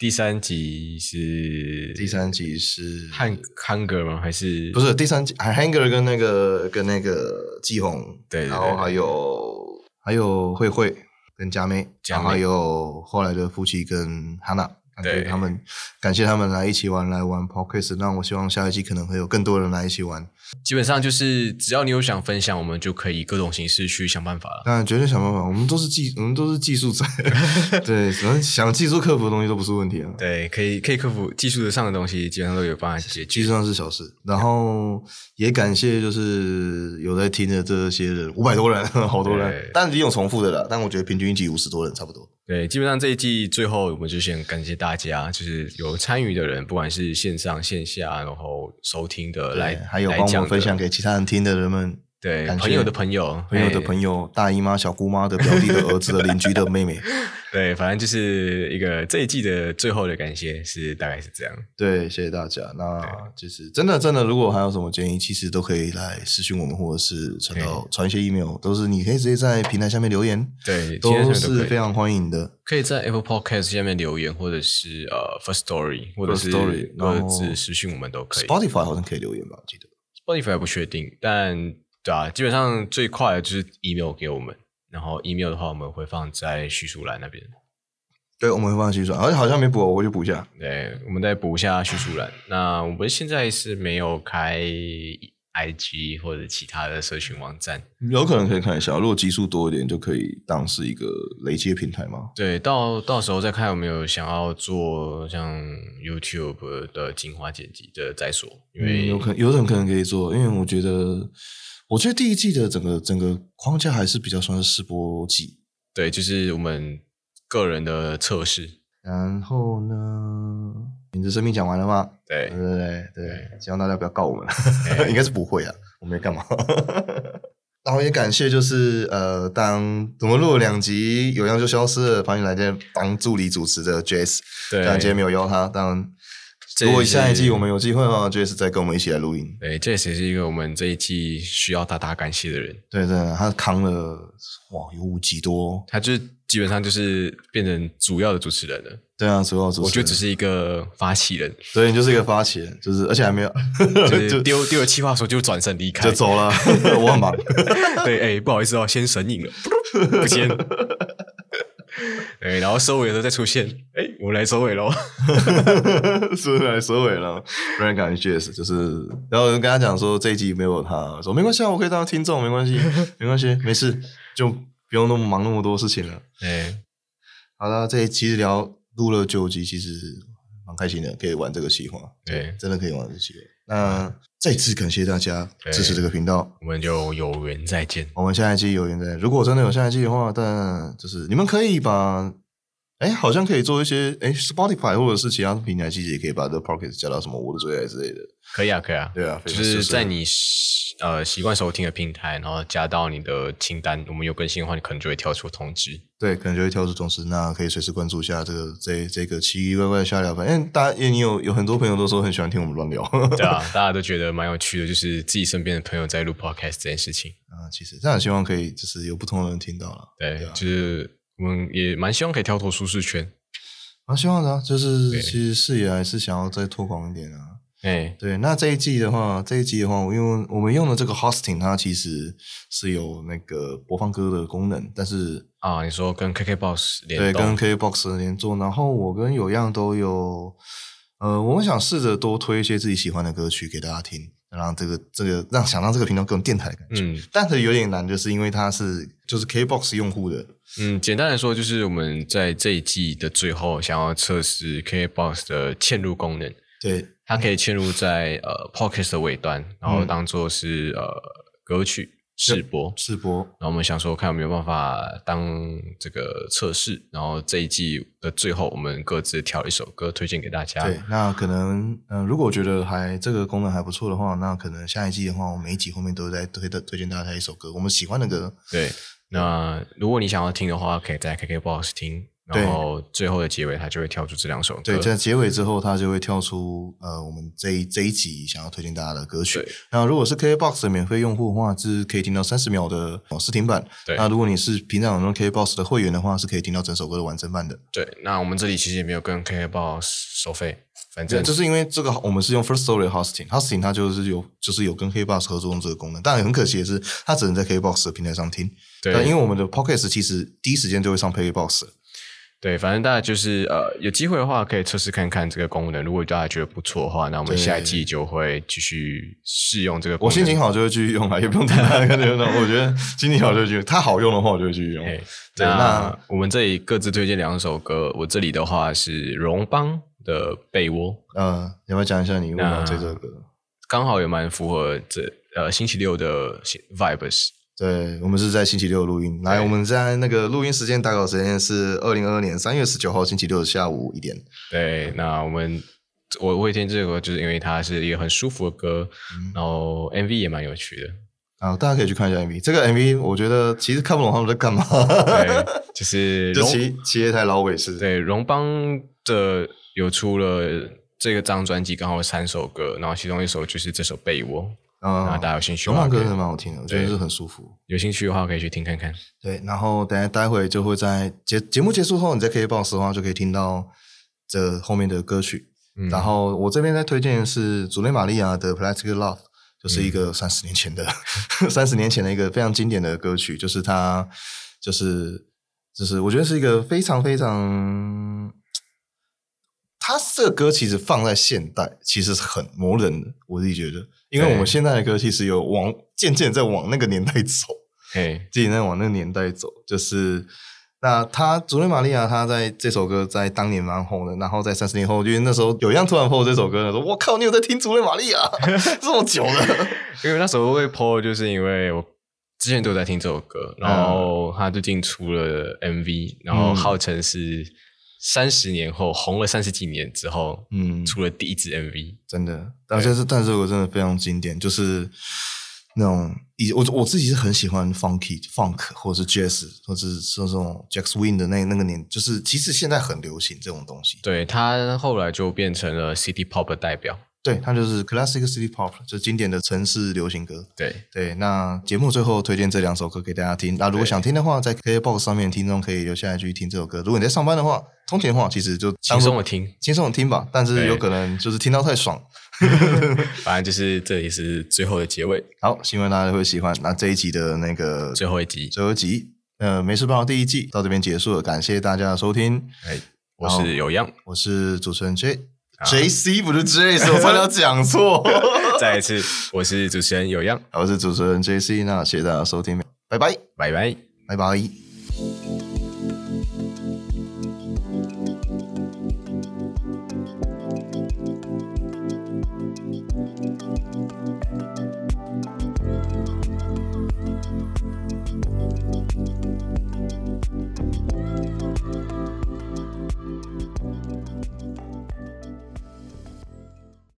第三集是
第三集是
汉汉哥吗？还是
不
是？
是第三集，还 Hanger 跟那个跟那个季红，
对对对
然后还有还有慧慧跟佳妹，
佳妹
然后还有后来的夫妻跟哈娜。
对
他们感谢他们来一起玩，来玩 podcast。那我希望下一期可能会有更多人来一起玩。
基本上就是只要你有想分享，我们就可以各种形式去想办法了。
当然，绝对想办法。我们都是技，我们都是技 术在，对，反正想技术克服的东西都不是问题啊。
对，可以可以克服技术上的东西，基本上都有办法解决。
技术上是小事。然后也感谢就是有在听的这些人，五百多人，好多人
对，
但也有重复的啦。但我觉得平均一集五十多人差不多。
对，基本上这一季最后，我们就先感谢大家，就是有参与的人，不管是线上线下，然后收听的来，
对还有
来
帮我
讲
们
的
分享给其他人听的人们，
对
感谢
朋友的朋友，
朋友的
哎
朋友、大姨妈、小姑妈的表弟的儿子的邻居的妹妹。
对，反正就是一个这一季的最后的感谢是大概是这样。
对，谢谢大家。那就是真的真的，如果还有什么建议，其实都可以来私信我们，或者是传到传一些 email，都是你可以直接在平台下面留言，
对，今天上
都
面
是
可
非
以
常欢迎的。
可以在 Apple Podcast 下面留言，或者是呃 First Story，或者
First
是
Story，然
各
后
自私讯我们都可以。
Spotify 好像可以留言吧，我记得。
Spotify 不确定，但对啊，基本上最快的就是 email 给我们，然后 email 的话我们会放在叙述栏那边。
对，我们会放弃转，而且好像没补，我回去补一下。
对，我们再补一下叙述 栏。那我们现在是没有开 IG 或者其他的社群网站。
有可能可以看一下，如果集数多一点，就可以当是一个累积的平台嘛。
对，到到时候再看有没有想要做像 YouTube 的精华剪辑的再说，因
嗯，
为、
有可有人可能可以做，因为我觉得，我觉得第一季的整个整个框架还是比较算是试播季。
对，就是我们个人的测试。
然后呢，你的生命讲完了吗？
对
对，对对对，希望大家不要告我们，
哎
应该是不会啊，我们在干 嘛？然后也感谢，就是呃，当我们录了两集，有样就消失了，欢迎来电当助理主持的 Jess，
对
当然今天没有邀他，当然
这
如果
是
下一季我们有机会的话，Jess 再跟我们一起来录音。
对，这也是一个我们这一季需要大大感谢的人，
对，真的，他扛了哇，有五集多，
他就基本上就是变成主要的主持人了。
对啊，主要主持人，
我就只是一个发起人，
对你就是一个发起人，就是而且还 没有
就是
就
丢丢了气话的时候就转身离开
就。 走了，我很忙。
对，哎、不好意思哦，先神隐了，不见了。对，然后收尾的时候再出现，哎、我来收尾 喽。
是来收尾了，非常感谢 Jess，就是，然后我就跟他讲说这一集没有他，说没关系啊，我可以当听众，没关系， 没关系，没事，就不用那么忙那么多事情了。
哎，
好了，这一期聊录了九集，其实蛮开心的，可以玩这个企划，
对
真的可以玩这个企划。那再次感谢大家支持这个频道，
我们就有缘再见。
我们下一季有缘再。如果真的有下一季的话，但就是你们可以把，哎，好像可以做一些，哎，Spotify 或者是其他平台，其实也可以把这 Pocket 加到什么我的最爱之类的。
可以啊，可以啊，
对啊
就
非常
是
适合
在你习呃习惯收听的平台，然后加到你的清单，我们有更新的话，你可能就会跳出通知。
对，可能就会跳出通知，那可以随时关注一下这个这这个奇奇怪怪的瞎聊。反正大家，因为你有有很多朋友都说很喜欢听我们 乱聊，
对啊，大家都觉得蛮有趣的，就是自己身边的朋友在录 podcast 这件事情。
啊，其实这样希望可以就是有不同的人听到了。
对，
对啊
就是我们也蛮希望可以跳脱舒适圈。
啊，希望的、啊，就是
对
其实视野还是想要再拓广一点啊。
哎、
对，那这一季的话，这一季的话，我用我们用的这个 hosting，它其实是有那个播放歌的功能，但是
啊，你说跟 KKBox
对
联
跟
动，
KBox 的连做，然后我跟有样都有，呃，我们想试着多推一些自己喜欢的歌曲给大家听，让这个这个让想让这个频道更有电台的感觉。
嗯
但是有点难，就是因为它是就是 KBox 用户的，
嗯，简单来说，就是我们在这一季的最后想要测试 KKBox 的嵌入功能，
对
它可以嵌入在呃 podcast 的尾端，然后当做是、呃歌曲试播。
试播，
然后我们想说，看有没有办法当这个测试。然后这一季的最后，我们各自挑一首歌推荐给大家。
对，那可能，嗯、如果觉得还这个功能还不错的话，那可能下一季的话，我每一集后面都在推的推荐大家一首歌，我们喜欢的歌。
对，那如果你想要听的话，可以在 KKBOX 听，然后最后的结尾它就会跳出这两首歌。嗯
对，在结尾之后，它就会跳出呃，我们这一这一集想要推荐大家的歌曲
对。
那如果是 KBox 的免费用户的话，是可以听到三十秒的哦试听版。
对
那如果你是平常有用 KBox 的会员的话，是可以听到整首歌的完整版的。
对，那我们这里其实也没有跟 KKBOX 收费，反
对，
正
就是因为这个，我们是用 First Story 的 hosting，hosting 它就是有就是有跟 KBox 合作用这个功能，但很可惜的是，它只能在 KBox 的平台上听。
对，
但因为我们的 Podcast 其实第一时间就会上 KBox，
对，反正大家就是呃，有机会的话可以测试看看这个功能。如果大家觉得不错的话，那我们
对
下一季就会继续试用这个功
我
能。
心情好就会继续用啊， 也不用等他跟着用。我觉得心情好就会觉得它好用的话，我就会继续用。
哎
对
那
那
我们这里各自推荐两首歌，我这里的话是荣邦的《被窝》，
呃，要不要讲一下你为什么
那
要推这个歌？
刚好也蛮符合这呃星期六的 vibes。
对我们是在星期六录音，来，
对
我们在那个录音时间打稿时间是二零二二年三月十九号星期六下午一点。
对，那我们我会听这首歌，就是因为它是一个很舒服的歌，
嗯
然后 MV 也蛮有趣 的。
啊，大家可以去看一下 MV。这个 MV 我觉得其实看不懂他们在干嘛，
对，就是
就
荣
骑骑一台老尾狮。
对荣邦的有出了这个张专辑，刚好有三首歌，然后其中一首就是这首《被窝》，那
嗯，
大家有兴趣
熊
的话
猫
可
歌
以，
真的蛮好听的，我觉得
对
是很舒服。
有兴趣的话可以去听看看。
对，然后等下待会就会在节节目结束后，你在 KBox 的话就可以听到这后面的歌曲。
嗯
然后我这边在推荐的是祖雷玛利亚的《Plastic Love》，就是
嗯
一个三十年前的 三十、30年前的一个非常经典的歌曲，就是它就是就是我觉得是一个非常非常。它这个歌其实放在现代，其实是很磨人的，我自己觉得，因为我们
对
现在的歌其实有往渐渐在往那个年代走，
嘿，
自己在往那个年代走，就是那他祖瑞玛利亚，他在这首歌在当年蛮红的，然后在三十年后，因为那时候有一样突然播这首歌，说我靠，你有在听祖瑞玛利亚 这么久了？
因为那时候会 PO，就是因为我之前都有在听这首歌，然后
嗯
他最近出了 MV，然后号称是三十年后红了三十几年之后，
嗯，
出了第一支 MV。
真的，但是但是我真的非常经典，就是那种以我我自己是很喜欢 funky funk 或者是 jazz 或者是这种 Jack Swing 的那那个年，就是其实现在很流行这种东西，
对他后来就变成了 City Pop 的代表。
对，它就是 classic city pop，就是经典的城市流行歌。
对，
对，那节目最后推荐这两首歌给大家听。那如果
对
想听的话，在 KBox 上面听众可以留下来继续听这首歌。如果你在上班的话，通勤的话，其实就
轻
当
松
做
的听，
轻松的听吧。但是
对
有可能就是听到太爽。
反正就是这里是最后的结尾，
好，希望大家会喜欢。那这一集的那个
最后一集。
最后一集，呃，没事报第一季到这边结束了，感谢大家的收听。
哎，我
好
是有样，
我是主持人 J
好
J C，不是 J，我差点讲错。
再一次，我是主持人有样，
我是主持人 J C，那谢谢大家的收听，拜拜，
拜拜。
拜拜。